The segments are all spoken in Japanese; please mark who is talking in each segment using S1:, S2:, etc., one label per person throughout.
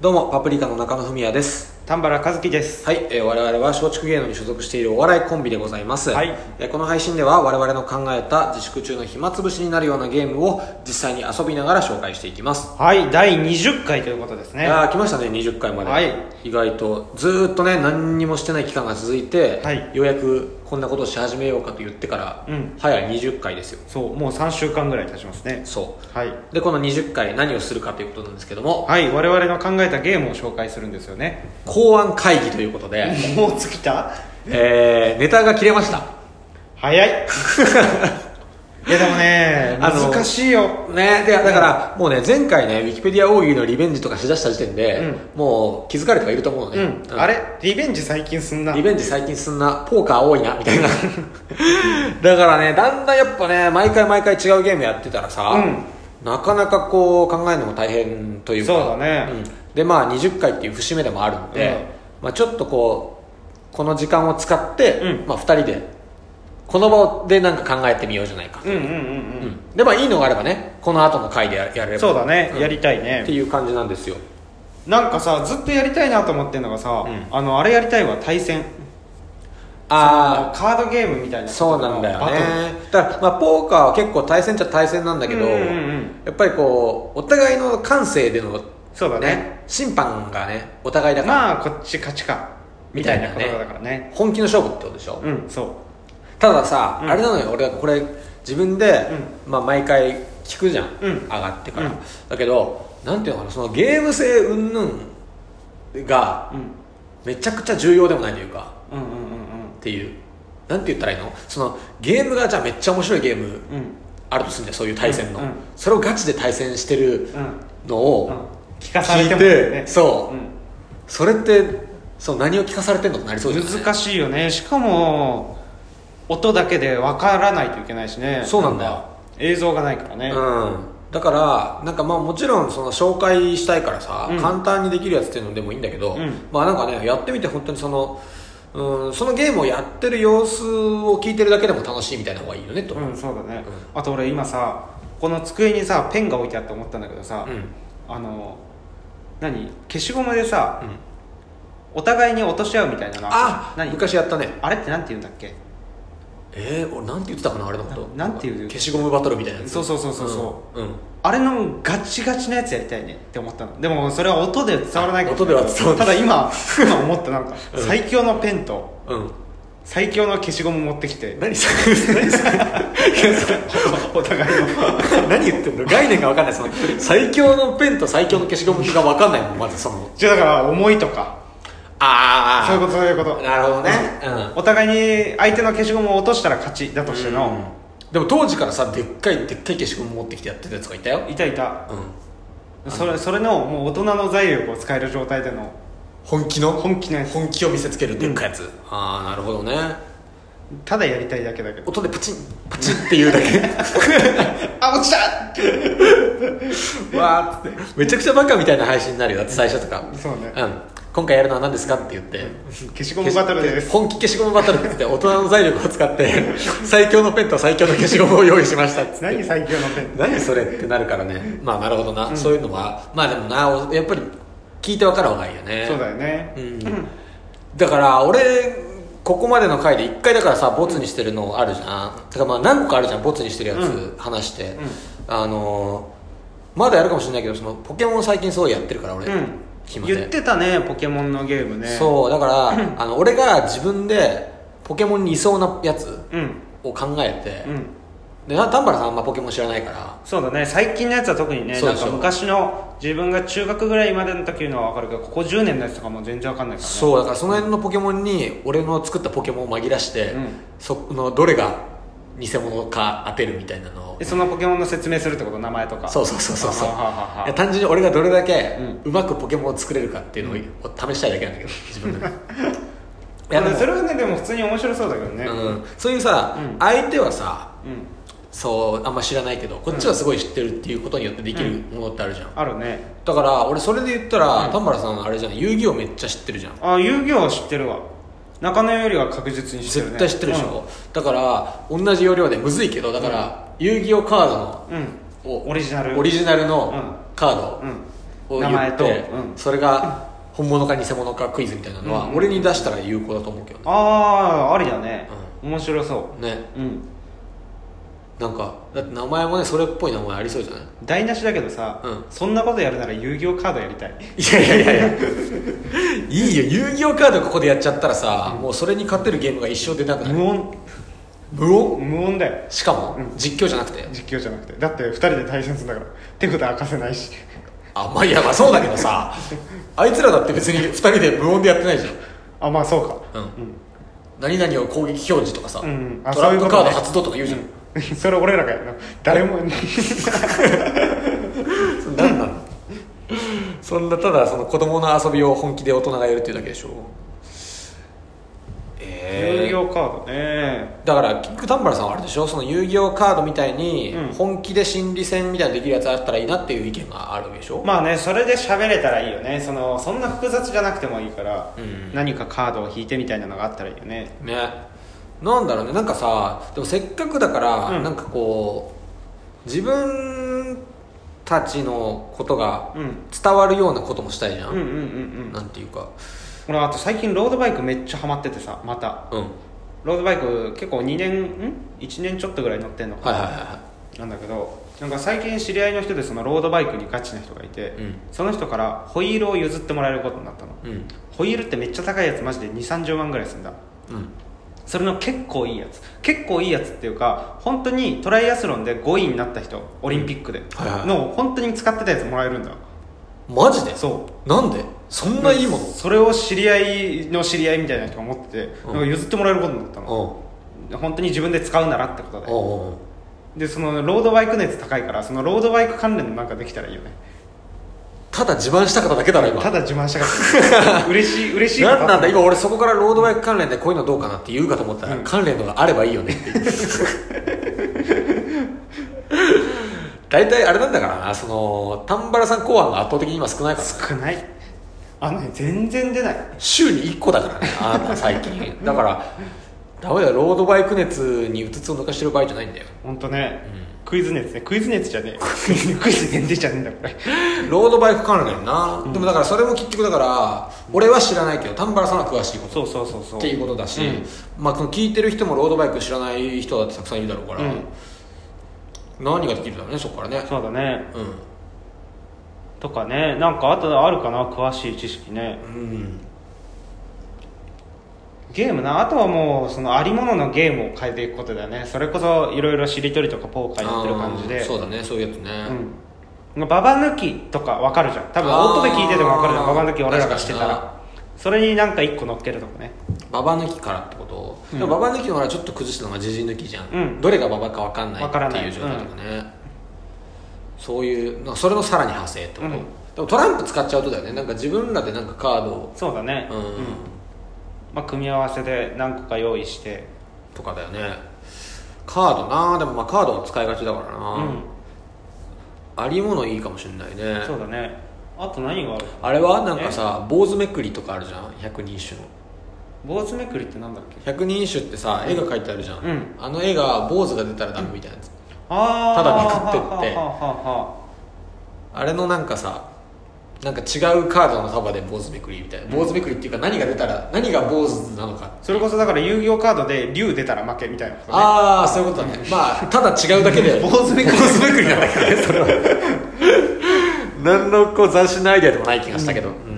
S1: どうもパプリカの中野文也です
S2: 丹原和樹です
S1: はい、えー我々は松竹芸能に所属しているお笑いコンビでございます、
S2: はい
S1: えーこの配信では我々の考えた自粛中の暇つぶしになるようなゲームを実際に遊びながら紹介していきます、
S2: はい第20回ということです
S1: い
S2: ね
S1: やー来ましたね20回まで、
S2: はい
S1: 意外とずーっとね何にもしてない期間が続いて、
S2: はい
S1: ようやくこんなことをし始めようかと言ってから、
S2: うん
S1: 早い20回ですよ
S2: そうもう3週間ぐらい経ちますね
S1: そ
S2: はいう
S1: でこの20回何をするかということなんですけども
S2: はい我々の考えたゲームを紹介するんです よね
S1: 考案会議ということで、
S2: もう尽きた
S1: えーネタが切れました
S2: 早い いやでもね
S1: あの
S2: 難しいよ
S1: ね、でだから、もうね前回ねウィキペディア大喜利のリベンジとかしだした時点で、もう気づかれてはいると思うの
S2: う
S1: ね、
S2: んあれリベンジ最近すんな
S1: リベンジ最近すんなポーカー多いなみたいな だからねだんだんやっぱね毎回毎回違うゲームやってたらさ、
S2: う
S1: なかなかこう考えるのも大変というか
S2: そうだね
S1: うんでまあ20回っていう節目でもあるので、まあ、ちょっとこうこの時間を使って、
S2: うん
S1: まあ、2人でこの場でなんか考えてみようじゃないか
S2: う、んうんうんうん
S1: うんでまあいいのがあればねこの後の回でややれば
S2: そうだね、やりた
S1: っ
S2: い
S1: て
S2: ね
S1: いう感じなんですよ
S2: なんかさずっとやりたいなと思ってんのがさ、
S1: うん
S2: あのあれやりたいわ対戦
S1: あ
S2: そのカードゲームみたい
S1: あ
S2: な
S1: そうなんだよ
S2: バトル
S1: ねだから、まあ、ポーカーは結構対戦っちゃ対戦なんだけど、
S2: うんうんうん
S1: やっぱりこうお互いの感性での
S2: そうだね
S1: 審判がねお互いだから、
S2: まあこっち勝ちかみたいなことだからね
S1: 本気の勝負ってことでしょ、
S2: うんそう
S1: たださ、
S2: うん
S1: あれなのよ俺はこれ自分で、まあ、毎回聞くじゃん、
S2: うん
S1: 上がってから、
S2: うん
S1: だけどなんていうのかなそのゲーム性云々が
S2: うん
S1: めちゃくちゃ重要でもないというか
S2: うんうんう
S1: っ
S2: ん
S1: ていうなんて言ったらいいのそのゲームがじゃあめっちゃ面白いゲーム
S2: うんうん
S1: あるとするんだよそういう対戦の、
S2: うんうん
S1: それをガチで対戦してるの
S2: うんうん
S1: を
S2: 聞かされ
S1: 聞い
S2: て
S1: て,、
S2: もね
S1: そう、それってそう何を聞かされてんのってなりそう
S2: う
S1: で
S2: ん
S1: すね
S2: 難しいよねしかも音だけで分からないといけないしね
S1: そうなんだよ
S2: か映像がないからね
S1: うんだからなんかまあもちろんその紹介したいからさ、
S2: うん
S1: 簡単にできるやつっていうのでもいいんだけど、
S2: うん
S1: まあなんかねやってみて本当にそのうんそのゲームをやってる様子を聞いてるだけでも楽しいみたいな方がいいよねと、
S2: うんそうだねあと俺今さこの机にさペンが置いてあって思ったんだけどさ
S1: うん
S2: あの何消しゴムでさ
S1: うん
S2: お互いに落とし合うみたいなの
S1: あ
S2: 何
S1: 昔やったね
S2: あれってなんて言うんだっけ
S1: えー、俺なんて言ってたかなあれのこと
S2: ななんて言う
S1: 消しゴムバトルみたいなやつ、
S2: そうそうそうそうそう
S1: うん、
S2: あれのガチガチのやつやりたいねって思ったのでもそれは音で伝わらないかもしれない
S1: 音では伝わら
S2: ただ今今思ったなんか
S1: うん
S2: 最強のペンと
S1: うん、
S2: 最強の消しゴム持ってきて
S1: 何それ何それ
S2: お互いの
S1: 何言ってんの概念が分かんないその最強のペンと最強の消しゴムが分かんないもんまずその
S2: じゃあだから思いとか
S1: あ
S2: そういうことそういうこと
S1: なるほどね
S2: お互いに相手の消しゴムを落としたら勝ちだとしての
S1: でも当時からさでっかいでっかい消しゴム持ってきてやってたやつがいたよ、
S2: いたいた
S1: うん、
S2: それそれのもう大人の財力を使える状態での
S1: 本気の
S2: 本気のやつ
S1: 本気を見せつけるでっかいやつ、ああなるほどね
S2: ただやりたいだけだけど
S1: 音でパチンパチンって言うだ け
S2: あ落ちた
S1: わーっつって めちゃくちゃバカみたいな配信になるよだって最初とか
S2: そうね
S1: うん、今回やるのは何ですかって言って
S2: 消しゴムバトルです
S1: 本気消しゴムバトルって言って大人の財力を使って最強のペンと最強の消しゴムを用意しましたっつって
S2: 何最強のペン
S1: 何それってなるからねまあなるほどな、そういうのはまあでもなやっぱり聞いて分かる方がいいよね
S2: そうだよね
S1: うんだから俺ここまでの回で1回だからさボツにしてるのあるじゃんてかまあ何個かあるじゃんボツにしてるやつ話して、あのーまだやるかもしれないけどそのポケモン最近すごいやってるから俺、
S2: うん
S1: 暇で
S2: 言ってたねポケモンのゲームね
S1: そうだからあの俺が自分でポケモンにいそうなやつ
S2: うん
S1: を考えて、
S2: うん
S1: でな丹原さんあんまポケモン知らないから
S2: そうだね最近のやつは特にね
S1: そう
S2: な
S1: で
S2: ん
S1: しょ
S2: か昔の自分が中学ぐらいまでの時のは分かるけどここ10年のやつとかもう全然分かんないからね
S1: そうだからその辺のポケモンに俺の作ったポケモンを紛らして、
S2: うん
S1: そのどれが偽物か当てるみたいなのを
S2: でそのポケモンの説明するってこと名前とか
S1: そうそうそうそうそう
S2: はははい
S1: や
S2: は
S1: 単純に俺がどれだけ
S2: う
S1: うまくポケモンを作れるかっていうのをを試したいだけなんだけど自分 でいや
S2: はそ
S1: で
S2: れはねでも普通に面白そうだけどね
S1: も、
S2: うん
S1: うん、そういうさ、
S2: うん
S1: 相手はさそうあんま知らないけどこっちはすごい知ってるっていうことによってできるものってあるじゃん、
S2: あるね
S1: だから俺それで言ったら、
S2: うん
S1: 田村さんあれじゃん遊戯王めっちゃ知ってるじゃん
S2: あ遊戯王は知ってるわ中野よりは確実に知ってる
S1: 絶
S2: ね
S1: 対知ってるでしょ、だから同じ要領でむずいけどだから、遊戯王カードの
S2: うんうん
S1: を
S2: オリジナル
S1: オリジナルの
S2: う
S1: カード
S2: うん
S1: を言
S2: 名前
S1: っ
S2: と
S1: て、
S2: うん
S1: それが本物か偽物かクイズみたいなのは、
S2: うん
S1: 俺に出したら有効だと思うけどね
S2: ああありだね、面白そ
S1: ね
S2: ううん
S1: なんかだって名前もねそれっぽい名前ありそうじゃない
S2: 台無しだけどさ、
S1: うん
S2: そんなことやるなら遊戯王カードやりたい
S1: いやいやいやいやいいよ遊戯王カードここでやっちゃったらさ、もうそれに勝てるゲームが一生出なくなる
S2: 無音
S1: 無音
S2: 無音だよ
S1: しかも、
S2: うん
S1: 実況じゃなくて
S2: 実況じゃなくてだって2人で対戦するんだから手札明かせないし
S1: あまあいやまあそうだけどさあいつらだって別に2人で無音でやってないじゃん
S2: あまあそうか
S1: うん何々を攻撃表示とかさ、
S2: うんあ
S1: トラップカード
S2: そういうことね
S1: 発動とか言うじゃん、
S2: うん それ俺らがやるの誰も
S1: 何なのそんなただその子供の遊びを本気で大人がやるっていうだけでしょえ
S2: 遊戯
S1: え
S2: 王カードね
S1: だからキックタンバラさんはあれでしょその遊戯王カードみたいに
S2: うん
S1: 本気で心理戦みたいなのできるやつあったらいいなっていう意見があるわけでしょ、
S2: まあねそれで喋れたらいいよねそのそんな複雑じゃなくてもいいから、
S1: うん
S2: 何かカードを引いてみたいなのがあったらいいよね
S1: ねなんだろうねなんかさでもせっかくだから、
S2: うん
S1: なんかこう自分たちのことが
S2: うん
S1: 伝わるようなこともしたいじゃ
S2: うんうんうんうん
S1: なんていうか
S2: 俺あと最近ロードバイクめっちゃハマっててさまた
S1: うんはい
S2: ロードバイク結構2年ん1年ちょっとぐらい乗ってんのか
S1: はい
S2: な、
S1: は
S2: なんだけどなんか最近知り合いの人でそのロードバイクにガチな人がいて、
S1: うん
S2: その人からホイールを譲ってもらえることになったの
S1: いはいうん
S2: ホイールってめっちゃ高いやつマジで2 3 0万ぐらいすんだ
S1: うん
S2: それの結構いいやつ結構いいやつっていうか本当にトライアスロンで5位になった人オリンピックで、
S1: はいはい
S2: の本当に使ってたやつもらえるんだ
S1: マジで
S2: そ
S1: なんでそん
S2: う
S1: ないいもの
S2: それを知り合いの知り合いみたいな人が持ってて、
S1: うん
S2: なんか譲ってもらえることになったの、本当に自分で使うならってことで
S1: うんうんうん
S2: でそのロードバイク熱高いからそのロードバイク関連のなんかできたらいいよね
S1: ただ自慢したかっただけだろ今
S2: ただ自慢したか った嬉しい嬉しいこと
S1: なんなんだ今俺そこからロードバイク関連でこういうのどうかなって言うかと思ったら、
S2: うん
S1: 関連のがあればいいよねっていう大体あれなんだからなその丹原さん考案が圧倒的に今少ないからな
S2: 少ないあのね全然出ない
S1: 週に1個だからねあなた最近だからダメだよロードバイク熱にうつつを抜かしてる場合じゃないんだよ
S2: 本当ね、クイズ熱ねクイズ熱じゃ ねえクイズ全然じゃねえんだこれ
S1: ロードバイク関連な、でもだからそれも結局だから俺は知らないけど丹原さんは詳しいこと
S2: そうそうそうそう
S1: っていうことだし、
S2: うん
S1: まあ、その聞いてる人もロードバイク知らない人だってたくさんいるだろうから、
S2: うん
S1: 何ができるだろうねそこからね
S2: そうだね
S1: う
S2: とかねなんかあとあるかな詳しい知識
S1: ん、
S2: ね
S1: うん、
S2: ゲームなあとはもうそのありもののゲームを変えていくことだよねそれこそいろいろしりとりとかポーカーやってる感じ
S1: あー
S2: で
S1: そうだねそういうやつね、
S2: うん、ババ抜きとかわかるじゃん多分
S1: あー
S2: 音で聞いててもわかるじゃんババ抜き俺らがしてた
S1: 確かにな
S2: らそれになんか一個乗っけるとかね
S1: ババ抜きからってこと、
S2: うん
S1: でもババ抜きの俺はちょっと崩したのがジジイ抜きじゃん、
S2: うん
S1: どれがババか分かんない
S2: わから
S1: っ
S2: な
S1: て
S2: い
S1: いう状態とかね、そういうなんかそれのさらに派生ってこと、
S2: うん
S1: でもトランプ使っちゃうとだよねなんか自分らでなんかカードを
S2: そうだね
S1: うん、
S2: まあ、組み合わせで何個か用意して
S1: とかだよねカードなでもまあカードは使いがちだからな、
S2: うん
S1: ありものいいかもしれないね
S2: そうだねあと何がある
S1: あれはなんかさ坊主めくりとかあるじゃん百人一首の
S2: 坊主めくりってなんだっけ
S1: 百人一首ってさ絵が描いてあるじゃん、
S2: うん
S1: あの絵が坊主が出たらダメみたいなやつ、
S2: ああ
S1: ただめくってって
S2: はあはあはあは
S1: あれのなんかさなんか違うカードの束で坊主めくりみたいな坊主めくりっていうか何が出たら何が坊主なのか
S2: あそれこそだから遊戯王カードで竜出たら負けみたいなことね
S1: ああそういうことだね、まあただ違うだけ で
S2: 坊主めくり
S1: 坊主めくりなんだけどねそれは 何のこう斬新なアイデアでもない気がしたけど、うん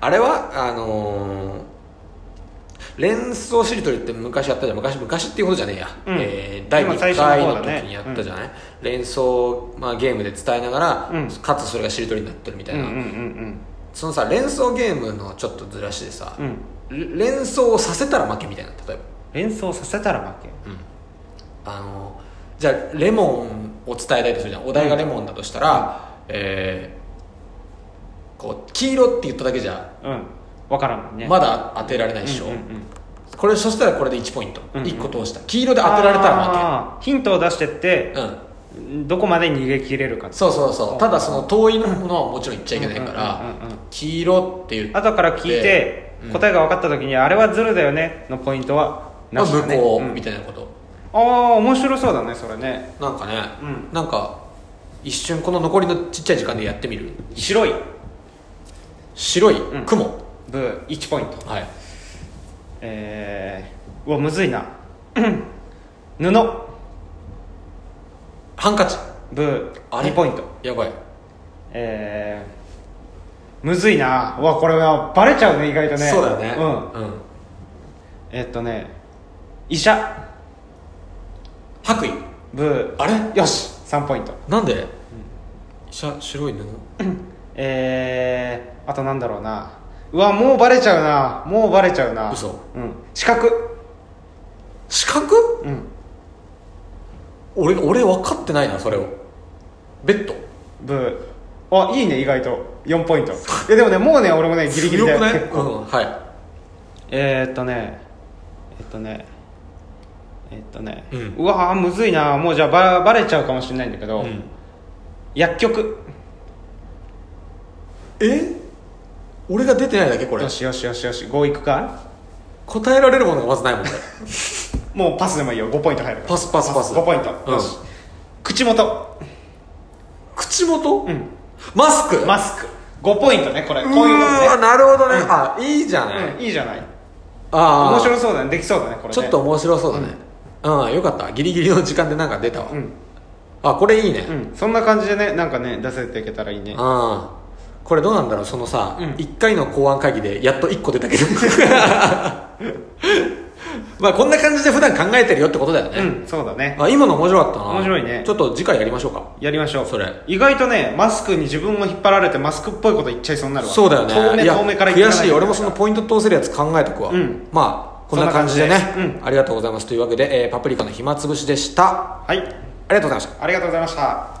S1: あれはあのー連想しりとりって昔やったじゃん昔昔っていうことじゃねえや、
S2: うん
S1: えー第
S2: 今
S1: 2
S2: 最初の
S1: 回の
S2: 方だ
S1: 時
S2: ね
S1: にやったじゃない、連想、まあ、ゲームで伝えながら、
S2: うん
S1: かつそれがしりとりになってるみた
S2: う
S1: い
S2: んう
S1: な、
S2: んうん
S1: そのさ連想ゲームのちょっとずらしでさ
S2: うんう、ん
S1: 連想をさせたら負けみたいな例えば
S2: 連想させたら負け
S1: あのじゃあレモンを伝えたいとするじゃんお題がレモンだとしたら、えーこう黄色って言っただけじゃ
S2: うん分からんもんね
S1: まだ当てられないでしょ、
S2: うんうんうん
S1: これそしたらこれで1ポイント、
S2: うんうん
S1: 1個通した黄色で当てられたら
S2: 負けヒントを出してって
S1: 負け、うん、
S2: どこまで逃げ切れるか
S1: そうそうそうただその遠いものはもちろん言っちゃいけないか
S2: うんうんうんう
S1: ら
S2: ん
S1: 黄色って言って
S2: 後から聞いて
S1: うん
S2: 答えが分かった時にあれはズルだよねのポイントは
S1: ま
S2: な
S1: あ
S2: しだ
S1: 向
S2: ね
S1: こ
S2: う
S1: うんみたいなこと、
S2: ああ面白そうだねそれね
S1: なんかね、
S2: う
S1: なんか一瞬この残りのちっちゃい時間でやってみる
S2: 白い
S1: 白い
S2: ん
S1: 雲、
S2: ブー1ポイント
S1: はい
S2: えー、うわむずいな うん布
S1: ハンカチ
S2: ブー
S1: あれ
S2: 2ポイント
S1: やばい
S2: えー、むずいなうわこれはバレちゃうね意外とね
S1: そうだよね
S2: うん
S1: うん、
S2: えっとね医者
S1: 白衣
S2: ブ
S1: あれ
S2: ーよし3ポイント
S1: なんで、しゃ白い布
S2: えー、あとなんだろうなうわもうバレちゃうなもうバレちゃうな
S1: 嘘
S2: うん資格
S1: 四角
S2: うん
S1: 俺俺分かってないなそれをベッド
S2: ブーあいいね意外と4ポイン トいやでもねもうね俺もねギリギリだ
S1: よ
S2: よ
S1: くない
S2: 結構
S1: うん、はい
S2: えー、っとねえっとねえっとね、
S1: う
S2: うんわーむずいなもうじゃあババレちゃうかもしれないんだけど、
S1: うん
S2: 薬局
S1: え俺が出てないだけこれ
S2: よしよしよしよし5いくか
S1: 答えられるものがまずないもんね
S2: もうパスでもいいよ5ポイント入るから
S1: パスパスパス
S2: 5ポイント、
S1: うん
S2: よし口元
S1: 口元、
S2: うん
S1: マスク
S2: マスク5ポイントねこれこ
S1: う
S2: う
S1: ー
S2: い
S1: わ
S2: うことね
S1: なるほどね、あいいじゃない、
S2: うん、いいじゃない
S1: ああ
S2: 面白そうだねできそうだねこれね
S1: ちょっと面白そうだねうん、よかったギリギリの時間でなんか出たわ、
S2: うん、
S1: あこれいいね、
S2: うん、そんな感じでねなんかね出せていけたらいいね
S1: ああこれどうなんだろうそのさ、
S2: うん
S1: 一1回の公安会議でやっと1個出たけど まあこんな感じで普段考えてるよってことだよね、
S2: うんそうだね
S1: あ今の面白かったな
S2: 面白いね
S1: ちょっと次回やりましょうか
S2: やりましょう
S1: それ
S2: 意外とねマスクに自分も引っ張られてマスクっぽいこと言っちゃいそうになるわ
S1: そうだよね
S2: 遠目
S1: いや
S2: 遠目から
S1: 悔
S2: な
S1: しい俺もそのポイント通せるやつ考えとくわ、
S2: うん
S1: まあこんな感じでね
S2: そんな感じでう
S1: ありがとうございますというわけで、えーパプリカの暇つぶしでしたあ
S2: はい
S1: りがとうございました
S2: ありがとうございました